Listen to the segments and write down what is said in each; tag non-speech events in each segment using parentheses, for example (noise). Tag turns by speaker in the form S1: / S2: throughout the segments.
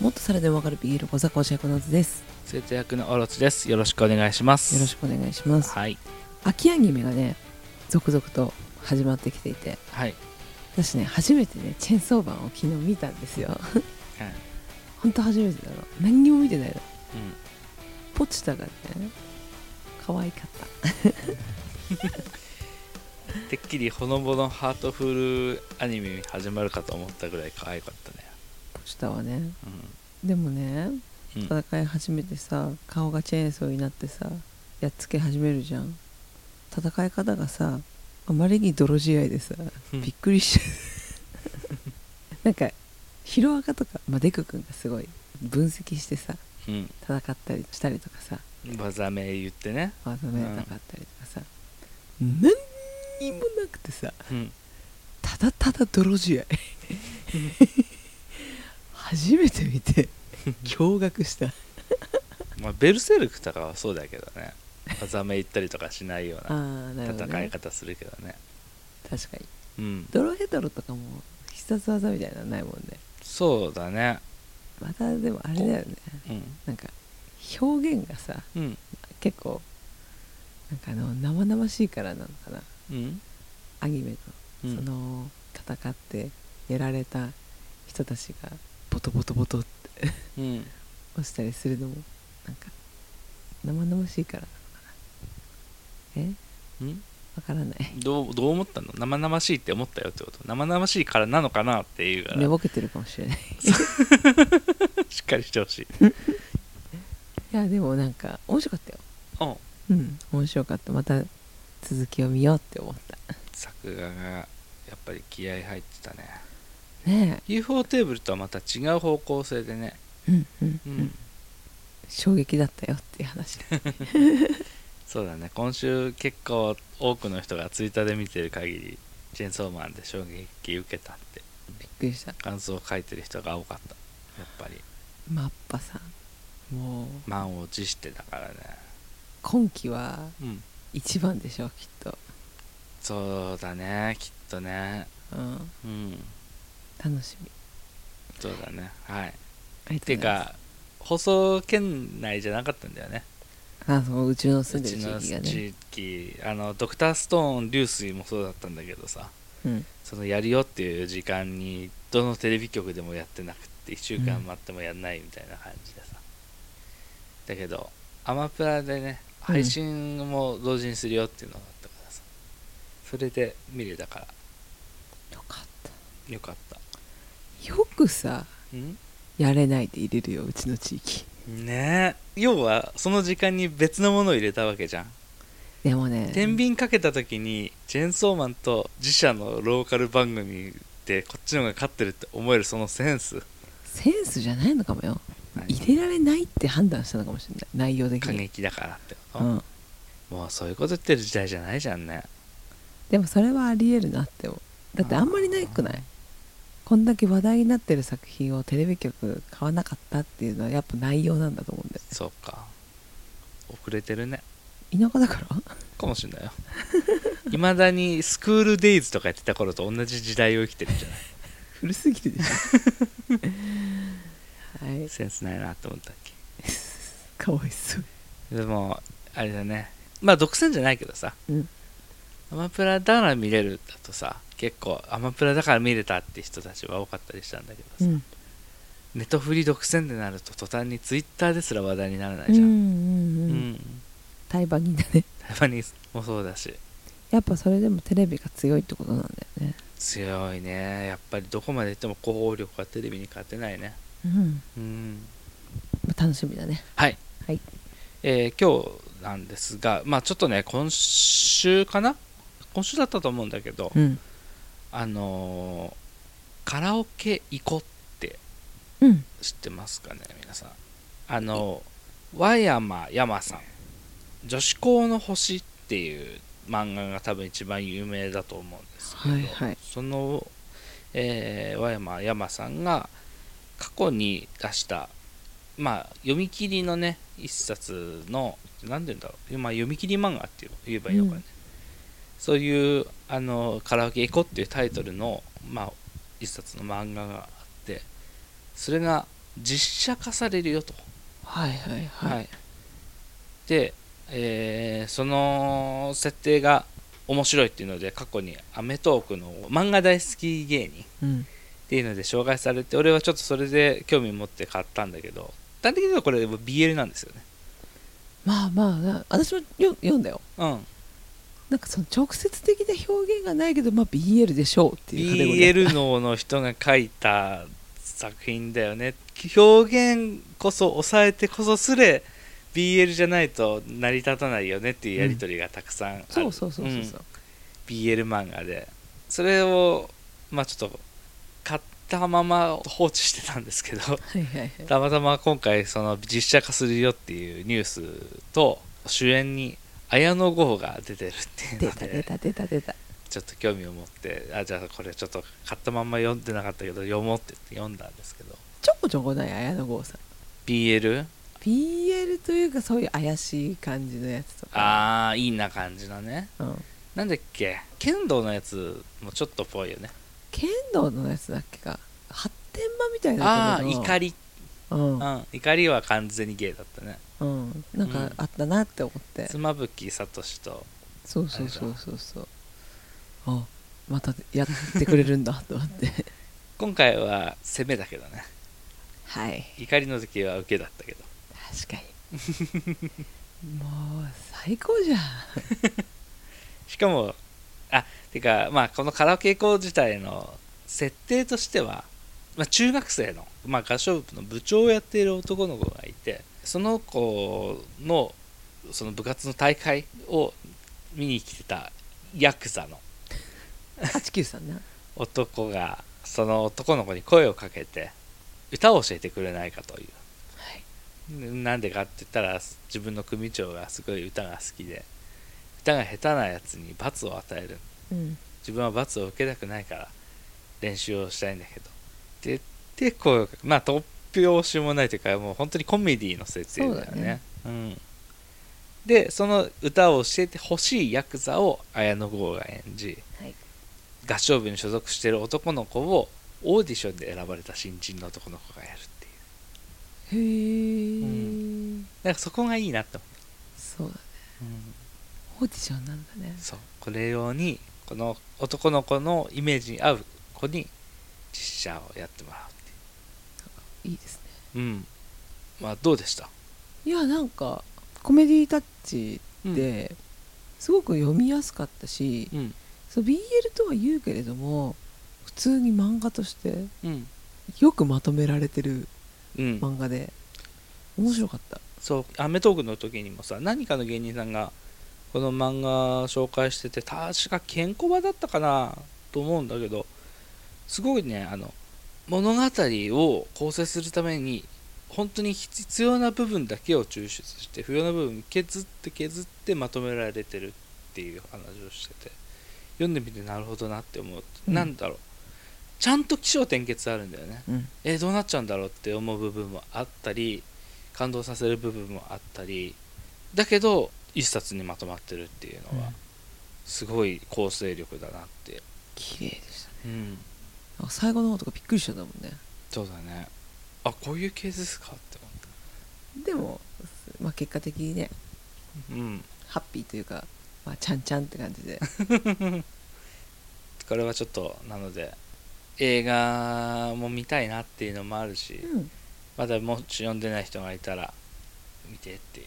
S1: もっとそれでもわかる BL 小坂教え子なずです
S2: 節約のオロチですよろしくお願いします
S1: よろしくお願いします
S2: はい
S1: 秋アニメがね続々と始まってきていて
S2: はい
S1: 私ね初めてねチェンソーマンを昨日見たんですよ (laughs) ほんと初めてだろ何にも見てないのポチタがね可愛かった
S2: うん、てっきりほのぼのハートフルアニメ始まるかと思ったぐらい可愛かったね
S1: ポチタはねでもね
S2: うん、うん、
S1: 戦い始めてさ顔がチェーンソーになってさやっつけ始めるじゃん戦い方がさあまりに泥仕合でさ
S2: うん
S1: びっくりしちゃう
S2: (laughs)
S1: なんかヒロアカとか、まあ、デク君がすごい分析してさ
S2: うん
S1: 戦ったりしたりとかさ
S2: バザメ言ってね、
S1: 技めなかったりとかさ、何にもなくてさ
S2: うん、
S1: ただただ泥仕
S2: (laughs)
S1: 合初めて見
S2: (laughs)
S1: て驚愕した
S2: まあベルセルクとかはそうだけどねバザメ言ったりとかしないよう
S1: あ
S2: な
S1: ーなるほど、
S2: 戦い
S1: ね、
S2: 方するけどね
S1: 確かに
S2: うん
S1: ドロヘドロとかも必殺技みたいなのないもんね
S2: そうだね
S1: またでもあれだよね
S2: うん
S1: なんか表現がさ
S2: うん
S1: 結構なんかあの生々しいからなのかな
S2: うん
S1: アニメ
S2: う
S1: のそ
S2: ん
S1: の戦ってやられた人たちがボトボトボトって (laughs)
S2: うん
S1: 押したりするのもなんか生々しいからなのかなえ
S2: うん
S1: わからない
S2: どうどう思ったの生々しいって思ったよってこと生々しいからなのかなっていうから
S1: 寝ぼけてるかもしれない
S2: しっかりしてほしい
S1: いやでもなんか面白かったよ
S2: うん
S1: うん面白かったまた続きを見ようって思った
S2: 作画がやっぱり気合い入ってたね
S1: (laughs) ね
S2: UFO テーブルとはまた違う方向性でね、
S1: えうんうん
S2: う
S1: うんん衝撃だったよっていう話
S2: そうだね今週結構多くの人がツイッターで見てる限りチェーンソーマンで衝撃受けたって
S1: びっくりした
S2: 感想を書いてる人が多かったやっぱり
S1: マッパさんもう
S2: 満を持してだからね
S1: 今季は
S2: うん
S1: 一番でしょきっと、
S2: そうだねきっとね
S1: うん、
S2: うん
S1: 楽しみ
S2: そうだねはい
S1: ありが
S2: て
S1: とう
S2: いう
S1: ございます
S2: か放送圏内じゃなかったんだよね
S1: あそううちの
S2: う
S1: 住んで
S2: ち
S1: る
S2: の
S1: 地域がね
S2: 地域あのドクターストーン流水もそうだったんだけどさ
S1: うん
S2: そのやるよっていう時間にどのテレビ局でもやってなくって1週間
S1: うん
S2: 待ってもやんないみたいな感じでさ、だけどアマプラでね
S1: うん
S2: 配信も同時にするよっていうのがあったからさそれで見れたから
S1: よかった
S2: よかった
S1: よくさ
S2: うん
S1: やれないで入れるようちの地域
S2: ねえ要はその時間に別のものを入れたわけじゃん
S1: でもね
S2: 天秤かけた時にチェーンソーマンと自社のローカル番組でこっちの方が勝ってるって思えるそのセンス
S1: センスじゃないのかもよ入れられないって判断したのかもしれない内容的
S2: 過
S1: に、
S2: 激だからってこ
S1: う
S2: と、
S1: ん、
S2: もうそういうこと言ってる時代じゃないじゃんね
S1: でもそれはありえるなって思うだってあんまりないくないこんだけ話題になってる作品をテレビ局買わなかったっていうのはやっぱ内容なんだと思うんだよ
S2: そうか遅れてるね
S1: 田舎だから
S2: かもしんないよいまだにスクールデイズとかやってた頃と同じ時代を生きてるんじゃない
S1: (laughs) 古すぎるでしょ (laughs) はい
S2: センスないなって思ったっけ
S1: かわいそう
S2: でもあれだねまあ独占じゃないけどさ
S1: うん
S2: アマプラだから見れるだとさ結構アマプラだから見れたって人たちは多かったりしたんだけど
S1: う
S2: さ、
S1: ん
S2: ネットフリ独占でなると途端にツイッターですら話題にならな
S1: う
S2: い
S1: ん
S2: じ
S1: う
S2: ゃんうん
S1: うん対バニだね
S2: 台湾にもそうだし
S1: やっぱそれでもテレビが強いってことなんだよね
S2: 強いねやっぱりどこまで行っても広報力はテレビに勝てないね
S1: うん、
S2: うん
S1: まあ、楽しみだね
S2: はい、
S1: はい
S2: えー今日なんですがまあちょっとね今週かな今週だったと思うんだけど、
S1: うん
S2: あのーカラオケ行こうって
S1: うん
S2: 知ってますかね皆さんあの和山山さん「女子校の星」っていう漫画が多分一番有名だと思うんですけど、
S1: はいはい
S2: その、えー和山山さんが過去に出したまあ読み切りのね一冊の何て言うんだろう、まあ、読み切り漫画って言えばいいのかね、
S1: うん
S2: そういうあの「カラオケ行こう」っていうタイトルの、まあ、一冊の漫画があってそれが実写化されるよと、
S1: はいはいはい、
S2: はい、で、えーその設定が面白いっていうので過去に『アメトーーク』の漫画大好き芸人っ
S1: うん、
S2: ていうので紹介されて俺はちょっとそれで興味持って買ったんだけど端的に言うとこれ BL なんですよね
S1: まあまあな私もよ読んだよ
S2: うん
S1: なんかその直接的な表現がないけどまあ BL でしょうっていうカテゴリー
S2: BL 脳の人が書いた作品だよね表現こそ抑えてこそすれ BL じゃないと成り立たないよねっていうやり取りがたくさんある、
S1: そうそうそうそうそう、
S2: うん BL 漫画でそれをまあちょっと買ったまま放置してたんですけど
S1: はいはいはい
S2: たまたま今回その実写化するよっていうニュースと主演に綾野剛が出てるって
S1: 出
S2: いうの
S1: た
S2: で
S1: 出た出た出た
S2: ちょっと興味を持ってあじゃあこれちょっと買ったまんま読んでなかったけど読もうって言って読んだんですけど
S1: ちょこちょこない綾野剛さん
S2: BL?
S1: BL というかそういう怪しい感じのやつとか
S2: ああいいな感じだね
S1: うん、
S2: なんだっけ剣道のやつもちょっとぽいよね
S1: 剣道のやつだっけか発展場みたいなと
S2: ああ
S1: ころの
S2: 怒り、
S1: うん
S2: うん、怒りは完全にゲイだったね
S1: うん、なん
S2: う
S1: か
S2: ん
S1: あったなって思って、
S2: 妻夫木聡と
S1: そうそうそうそうそうあまたやってくれるんだと思って
S2: (laughs) 今回は攻めだけどね
S1: はい
S2: 怒りの時は受けだったけど
S1: 確かにもう最高じゃん
S2: しかもあてかまあこのカラオケ校自体の設定としては、まあ、中学生の、まあ、合唱部の部長をやっている男の子がいてその子のその部活の大会を見に来てたヤクザの
S1: 89さんな
S2: 男がその男の子に声をかけて歌を教えてくれないかという
S1: はい
S2: なんでかって言ったら自分の組長がすごい歌が好きで歌が下手なやつに罰を与える
S1: うん
S2: 自分は罰を受けたくないから練習をしたいんだけどって言ってこうまあ突拍子もないというかもう本当にコメディの設定だよね
S1: そうだね
S2: うん、でその歌を教えてほしいヤクザを綾野剛が演じ
S1: はい
S2: 合唱部に所属している男の子をオーディションで選ばれた新人の男の子がやるっていう
S1: へえ、
S2: うなんかそこがいいなと思
S1: そうだね
S2: う、
S1: オーディションなんだね
S2: そうこれ用にこの男の子のイメージに合う子に実写をやってもらうっていう
S1: いいですね
S2: うん。まあどうでした。
S1: いやなんかコメディタッチで、すごく読みやすかったし、
S2: うん。
S1: そう BL とは言うけれども普通に漫画として
S2: うん。
S1: よくまとめられてる
S2: うん。
S1: 漫画で面白かった
S2: そう、アメトークの時にもさ、何かの芸人さんが。この漫画紹介してて、確かケンコバだったかなと思うんだけど。すごいね、あの。物語を構成するために。本当に必要な部分だけを抽出して不要な部分削って削ってまとめられてるっていう話をしてて読んでみてなるほどなって思う、
S1: うん
S2: なんだろうちゃんと起承転結あるんだよね
S1: うん
S2: えーどうなっちゃうんだろうって思う部分もあったり感動させる部分もあったりだけど一冊にまとまってるっていうのはすごい構成力だなって、
S1: 綺麗でしたね
S2: う
S1: な
S2: ん、
S1: んか最後の方とかびっくりしちゃったもんね
S2: そうだねあこういうケースですかって
S1: でも、まあ、結果的にね
S2: 思うん
S1: ハッピーというか、まあ、ちゃんちゃんって感じで
S2: これはちょっとなので映画も見たいなっていうのもあるし、
S1: うん
S2: まだもし読んでない人がいたら見てっていう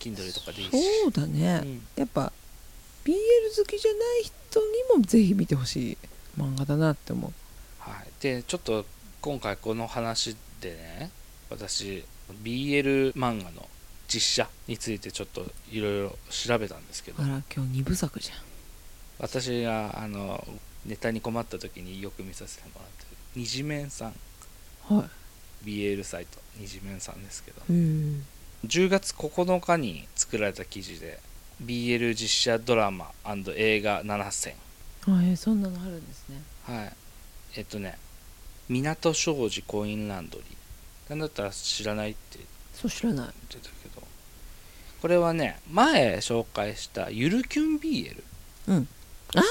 S2: Kindle とかでいいし
S1: そうだね、
S2: うん
S1: やっぱ BL 好きじゃない人にもぜひ見てほしい漫画だなって思う
S2: はい、でちょっと今回この話でね私 BL 漫画の実写についてちょっといろいろ調べたんですけど
S1: あら今日2部作じゃん
S2: 私があのネタに困った時によく見させてもらってる二次面さん
S1: はい
S2: BL サイト二次面さんですけど
S1: うん
S2: 10月9日に作られた記事で BL 実写ドラマ映画7選
S1: あえーそんなのあるんですね
S2: はいえっとね港商事コインランドリーなんだったら知らないって
S1: そう知らない
S2: ってたけどこれはね前紹介したゆるキュン BL
S1: うんああ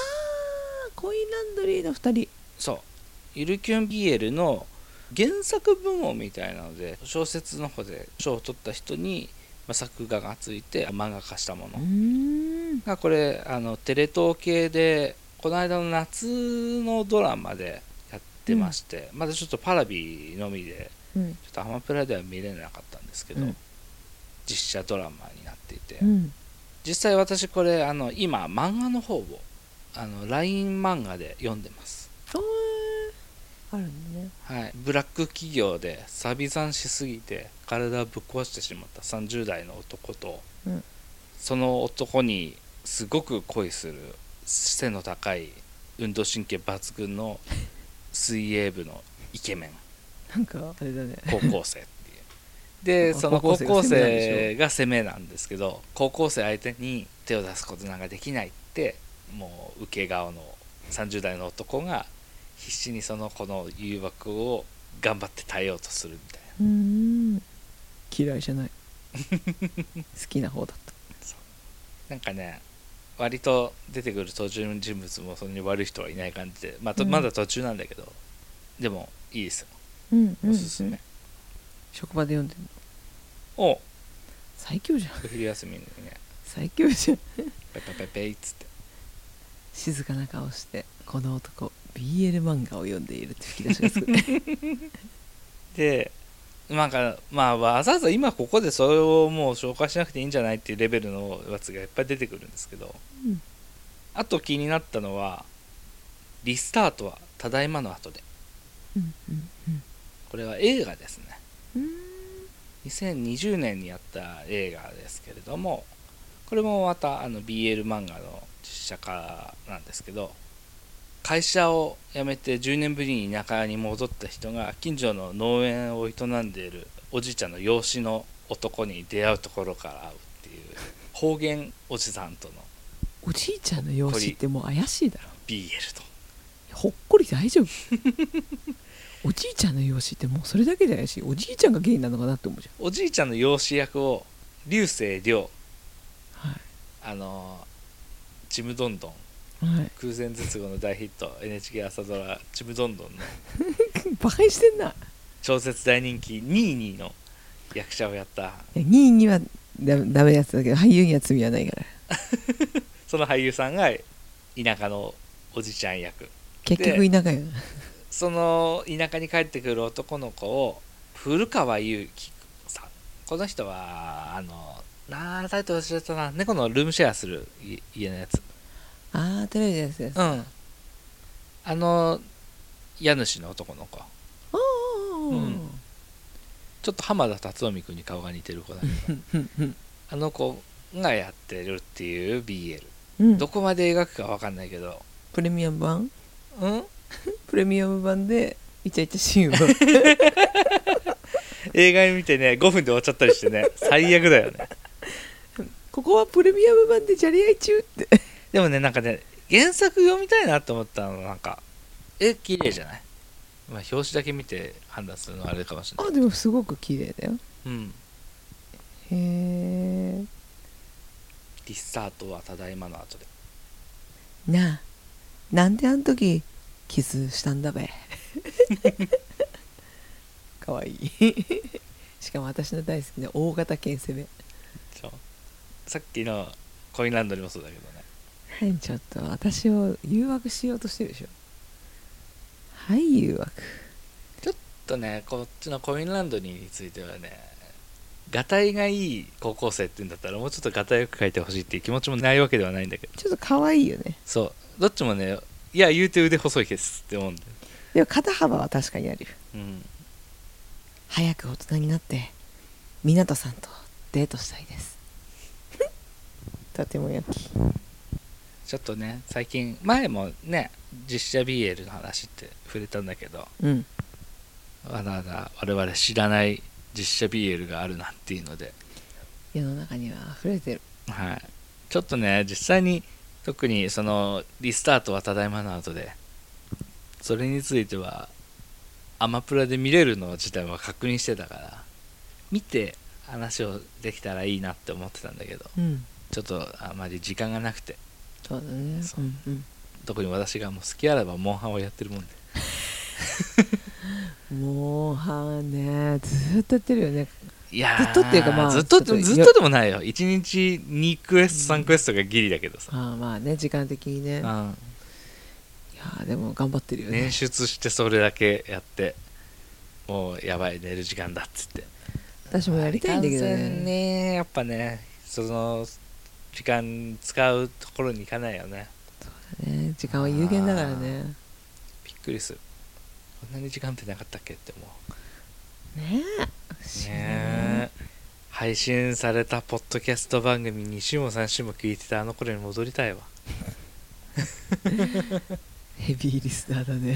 S1: コインランドリーの2人
S2: そうゆるキュン BL の原作部門みたいなので小説の方で賞を取った人に、まあ、作画がついて漫画化したも
S1: う
S2: の
S1: ーん
S2: がこれあのテレ東系でこの間の夏のドラマでやってまして、まだちょっとパラビのみで
S1: うん
S2: ちょっとアマプラでは見れなかったんですけど、
S1: うん
S2: 実写ドラマになっていて、
S1: うん
S2: 実際私これあの今漫画の方をあの LINE 漫画で読んでます
S1: あーあるのね
S2: はい、ブラック企業でサビ残しすぎて体をぶっ壊してしまった30代の男と、
S1: うん
S2: その男にすごく恋する背の高い運動神経抜群の水泳部のイケメン
S1: なんかあれだね
S2: 高校生ってい
S1: (laughs)
S2: うで
S1: あ
S2: その
S1: 高
S2: 高
S1: 校生が
S2: 校
S1: 攻めなんでしょ
S2: 生が攻めなんですけど高校生相手に手を出すことなんかできないってもう受け顔の30代の男が必死にその子の誘惑を頑張って耐えようとするみたいな
S1: うーん嫌いじゃ (laughs) ない好きな方だった
S2: なんかね割と出てくる途中の人物もそんなに悪い人はいない感じで、まあと
S1: うん
S2: まだ途中なんだけど、でもいいですよ
S1: うん
S2: おすすめ、
S1: 職場で読んでるの
S2: お
S1: 最強じゃん
S2: 昼休みにね
S1: 最強じゃん
S2: ペペペペイっつって
S1: 静かな顔してこの男 BL 漫画を読んでいるって吹き出しがすごい
S2: でなんかまあわざわざ今ここでそれをもう紹介しなくていいんじゃないっていうレベルのやつがいっぱい出てくるんですけど
S1: うん
S2: あと気になったのは「リスタートはただいまの後で
S1: うんうん」
S2: これは映画ですね
S1: うんう
S2: 2020年にやった映画ですけれどもこれもまたあの BL 漫画の実写化なんですけど会社を辞めて10年ぶりに田舎に戻った人が近所の農園を営んでいるおじいちゃんの養子の男に出会うところから会うっていう方言おじさんとの
S1: おじいちゃんの容姿ってもう怪しいだろ
S2: BL と
S1: ほっこり大 (laughs) 丈夫おじいちゃんの容姿ってもうそれだけで怪しいおじいちゃんが原因なのかなって思うじ
S2: おじいちゃんの養子役を流星涼
S1: ゃんは
S2: あのちむどんどん
S1: い、 (laughs) はい、
S2: 空前絶後の大ヒット NHK 朝ドラ「ちむどんどん」の
S1: バカにしてんな
S2: 小説大人気ニーニーの役者をやった
S1: 2位にはダメダメなやつだけど俳優には罪はないから
S2: その俳優さんが田舎のおじちゃん役
S1: 結局田舎よ
S2: その田舎に帰ってくる男の子を古川祐樹さんこの人はあのなあタイトル忘れちゃったな猫のルームシェアするい家のやつ
S1: ああテレビですです
S2: う
S1: あ
S2: んあの家主の男の子
S1: あ
S2: うんちょっと浜田辰臣君に顔が似てる子だけどあの子がやってるっていう BL
S1: うん
S2: どこまで描くか分かんないけど
S1: プレミアム版
S2: うん
S1: プレミアム版でイチャイチャシーンは
S2: 映画見てね5分で終わっちゃったりしてね最悪だよね
S1: (laughs) ここはプレミアム版でじゃれ合い中って
S2: でもねなんかね原作読みたいなと思ったのなんか絵綺麗じゃないまあ表紙だけ見て判断するのはあれかもしれない
S1: あでもすごく綺麗だよ
S2: うん
S1: へえ
S2: リスタートはただいまの後で
S1: なあなんであん時キスしたんだ (laughs) べかわいいしかも私の大好きな大型犬攻め
S2: そうさっきのコインランドリーもそうだけどね
S1: はいちょっと私を誘惑しようとしてるでしょはい誘惑
S2: ちょっとねこっちのコインランドリーについてはねがたいがいい高校生って言うんだったらもうちょっとがたいよく書いてほしいっていう気持ちもないわけではないんだけど
S1: ちょっとかわいいよね
S2: そうどっちもねいや言うて腕細いですって思うんだよ、
S1: でも肩幅は確かにあるよ
S2: うん、
S1: 早く大人になって湊さんとデートしたいです (laughs) とても良き
S2: ちょっとね最近前もね実写 BL の話って触れたんだけど
S1: うん
S2: わざわざ我々知らない実写 BL があるなっていうので、
S1: 世の中には溢れてる
S2: はい、ちょっとね実際に特にそのリスタートはただいまの後でそれについてはアマプラで見れるの自体は確認してたから見て話をできたらいいなって思ってたんだけど
S1: うん
S2: ちょっとあまり時間がなくて
S1: そうだね
S2: そう
S1: うんうん
S2: 特に私がもう好きあらばモンハンをやってるもんで
S1: もうはねずっとやってるよね
S2: いやー
S1: ずっとっていうかまあ
S2: ずっと
S1: ちょっと
S2: ずっとでもないよ1日2クエスト3クエストがギリだけどさ、
S1: ああまあね時間的にねいや
S2: うん
S1: ーでも頑張ってるよね
S2: 捻出してそれだけやってもうやばい寝る時間だっつって
S1: 私もやりたいんだけど
S2: いかせん
S1: ね
S2: ねやっぱねその時間使うところに行かないよね
S1: ね時間は有限だからね
S2: びっくりするこんなに時間ってなかったっけって思う
S1: ねえ
S2: ねえ配信されたポッドキャスト番組2週も3週も聞いてたあの頃に戻りたいわ
S1: ヘビーリスナーだね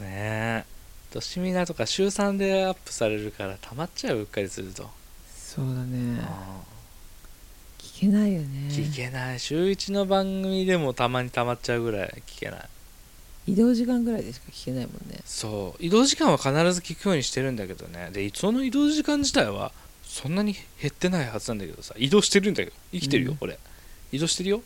S2: ねえドシミナとか週3でアップされるからたまっちゃううっかりすると、
S1: そうだね
S2: あ
S1: 聞けないよね
S2: ー聞けない週1の番組でもたまにたまっちゃうぐらい聞けない
S1: 移動時間ぐらいでしか聞けないもんね
S2: そう移動時間は必ず聞くようにしてるんだけどねでその移動時間自体はそんなに減ってないはずなんだけどさ移動してるんだけど生きてるよ、
S1: うん
S2: 俺移動してるよ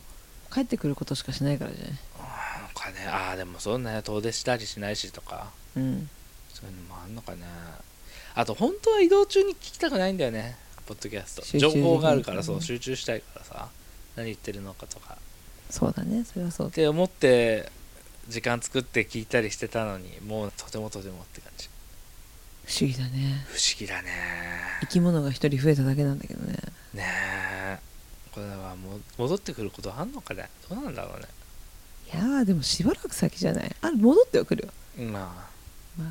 S1: 帰ってくることしかしないからじゃない
S2: あーなんかねああでもそうね遠出したりしないしとか
S1: うん
S2: そういうのもあんのかねあと本当は移動中に聞きたくないんだよねポッドキャスト
S1: 集中で
S2: 情
S1: きない
S2: 報があるからそう集中したいからさ何言ってるのかとか
S1: そうだねそれはそう
S2: っ
S1: だ
S2: て思って時間作って聞いたりしてたのにもうとてもとてもって感じ
S1: 不思議だね
S2: 不思議だね
S1: 生き物が一人増えただけなんだけどね
S2: ねえこれはもう戻ってくることあんのかねどうなんだろうね
S1: いやーでもしばらく先じゃないあ戻ってはくるよ、
S2: まあ
S1: ま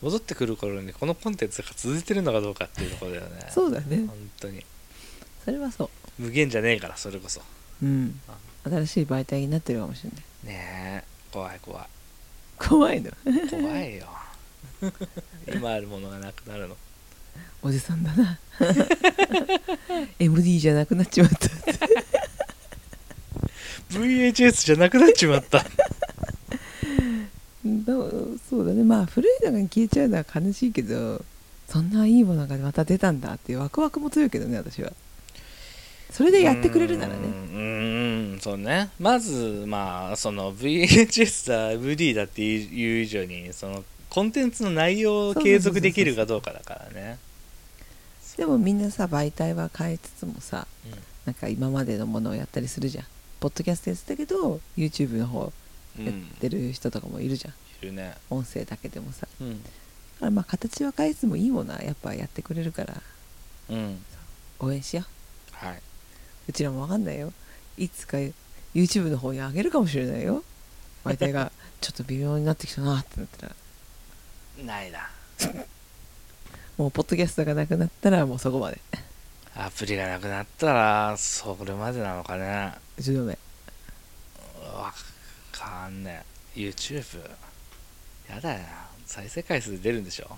S2: 戻ってくる頃にこのコンテンツが続いてるのかどうかっていうところだよね
S1: あ、そうだね
S2: 本当に
S1: それはそ
S2: 無限じゃねえからそれこそう
S1: うん新しい媒体になってるかもしれない
S2: ねえ怖い怖い
S1: 怖いの (laughs)
S2: 怖いよ今あるものがなくなるの
S1: おじさんだな (laughs) MD じゃなくなっちまった
S2: VHS じゃなくなっちまった
S1: どそうだねまあ古いのが消えちゃうのは悲しいけどそんないいものがまた出たんだっていうワクワクも強いけどね私はそれでやってくれるなら
S2: う
S1: ね
S2: んうんうんそうねまずまあその VHS だ MD だっていう以上にそのコンテンツの内容を継続できるかどうかだからね
S1: でもみんなさ媒体は変えつつもさ
S2: うん
S1: なんか今までのものをやったりするじゃんポッドキャストやってたけど YouTube の方
S2: う
S1: やっ
S2: ん
S1: てる人とかもいるじゃん、
S2: いるね
S1: 音声だけでもさだ
S2: うん
S1: からまあ形は変えつつもいいものはやっぱやってくれるから
S2: うん
S1: 応援しよう
S2: はいう
S1: ちらもわかんないよいつか YouTube の方に上げるかもしれないよ媒体 (laughs) がちょっと微妙になってきたなってなったら
S2: ないな
S1: もうポッドキャストがなくなったらもうそこまで
S2: アプリがなくなったらそれまでなのかね
S1: うちの目
S2: わかんねえ YouTube やだよな再生回数出るんでしょ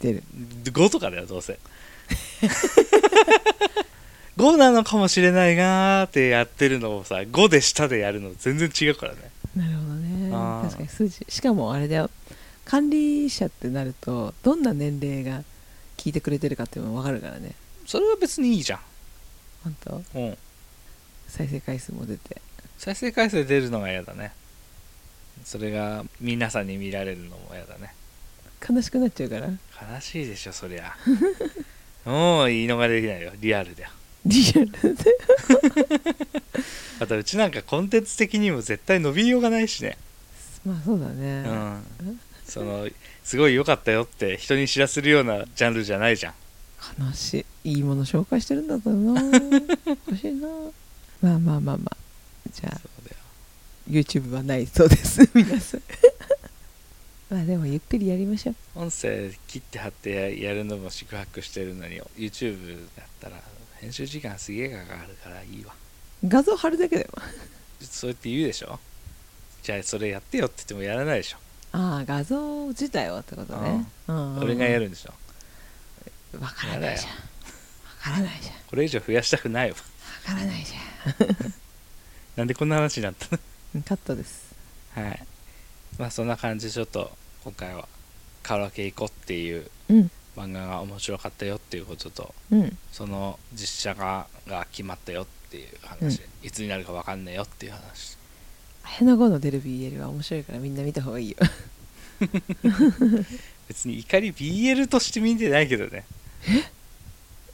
S1: 出る
S2: 5とかだよどうせ5なのかもしれないがーってやってるのをさ5で下でやるの全然違うからね
S1: なるほどね
S2: あー
S1: 確かに数字しかもあれだよ管理者ってなるとどんな年齢が聞いてくれてるかっていうのもわかるからね
S2: それは別にいいじゃん
S1: 本当
S2: うん
S1: 再生回数も出て
S2: 再生回数出るのが嫌だねそれが皆さんに見られるのも嫌だね
S1: 悲しくなっちゃうから
S2: 悲しいでしょそりゃもう言い逃れできないよリアルだよ
S1: リアルで
S2: またうちなんかコンテンツ的にも絶対伸びようがないしね
S1: まあそうだ
S2: う
S1: ね、
S2: んそのすごい良かったよって人に知らせるようなジャンルじゃないじゃん
S1: 悲しいいいもの紹介してるんだった (laughs) な欲しいなまあまあまあまあじゃあ
S2: そうだよ
S1: YouTube はないそうです (laughs) 皆さんまあでもゆっくりやりましょう
S2: 音声切って貼ってやるのも宿泊してるのに YouTube だったら編集時間すげえかかるからいいわ
S1: 画像貼るだけだよ
S2: そうやって言うでしょじゃあそれやってよって言ってもやらないでしょ、
S1: ああ画像自体はってことね、うんうん
S2: 俺がやるんでしょ
S1: わからないじゃんわからないじゃんわ
S2: これ以上増やしたくないわ (laughs)
S1: からないじ
S2: なんでこんな話になったの
S1: ゃんカットです
S2: はいまあそんな感じでちょっと今回はカラオケ行こうっていう
S1: うん
S2: 漫画が面白かったよっていうことと
S1: うん
S2: その実写化が決まったよっていう話、いつになるか分かんねえよっていう話
S1: (laughs) 「ヘナゴのデルビーエル」は面白いからみんな見た方がいいよ
S2: 別に怒り BL として見てないけどね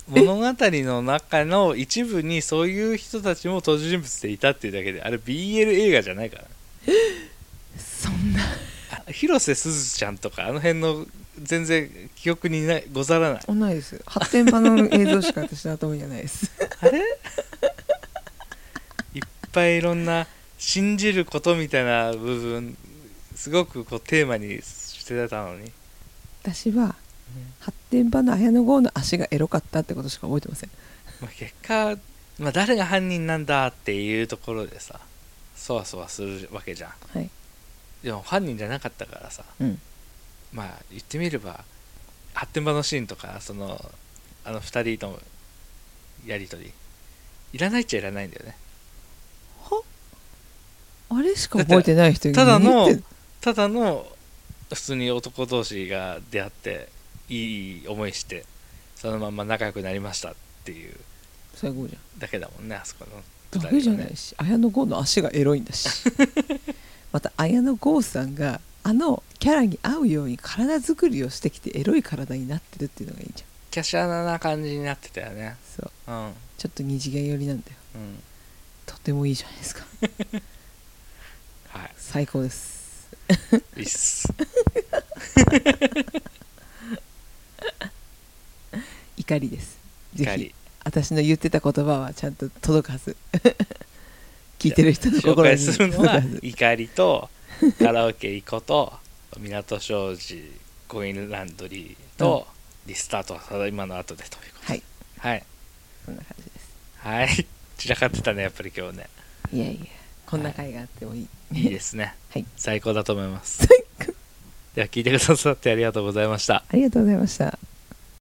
S2: 物語の中の一部にそういう人たちも登場人物でいたっていうだけであれ BL 映画じゃないからね
S1: そんな
S2: あ広瀬すずちゃんとかあの辺の全然記憶にないござらない
S1: ないです発展場の映像しか私の頭にはないです
S2: あれいっぱいいろんな信じることみたいな部分すごくこうテーマにしてたのに
S1: 私は発展場の綾野剛の足がエロかったってことしか覚えてません
S2: まあ、結果、まあ、誰が犯人なんだっていうところでさそわそわするわけじゃん
S1: はい
S2: でも犯人じゃなかったからさ
S1: うん
S2: まあ言ってみれば発展場のシーンとかそのあの2人のやり取りいらないっちゃいらないんだよね
S1: はあれしか覚えてない人いる
S2: ただの
S1: 何言って
S2: ただの普通に男同士が出会っていい思いしてそのまま仲良くなりましたっていう
S1: 最後じ
S2: だけだもんねあそこの
S1: ゃんだ
S2: は
S1: けじゃないし綾野剛の足がエロいんだ
S2: (laughs)
S1: しまた綾野剛さんがあのキャラに合うように体作りをしてきてエロい体になってるっていうのがいいじゃん
S2: 華奢な感じになってたよね
S1: そう
S2: うん
S1: ちょっと二次元寄りなんだよ
S2: うん
S1: とてもいいじゃないですか
S2: は
S1: 最高です
S2: いいいっす
S1: 怒りですぜ
S2: 怒
S1: ひ
S2: り
S1: 私の言ってた言葉はちゃんと届くは
S2: (laughs)
S1: ず聞いてる人の
S2: 紹
S1: (laughs) 心に
S2: 介する
S1: 届
S2: の
S1: くは
S2: は
S1: ず
S2: 怒りとカラオケ行こと港商事コインランドリーと、リスタートはただ今の後でということ
S1: はい
S2: はい
S1: そんな感じです
S2: はい散らかってたねやっぱり今日ね
S1: いやいやこんな会があってもいい、
S2: いいですね
S1: はい (laughs)
S2: 最高だと思います (laughs)
S1: 最高
S2: では聞いてくださってありがとうございました
S1: ありがとうございました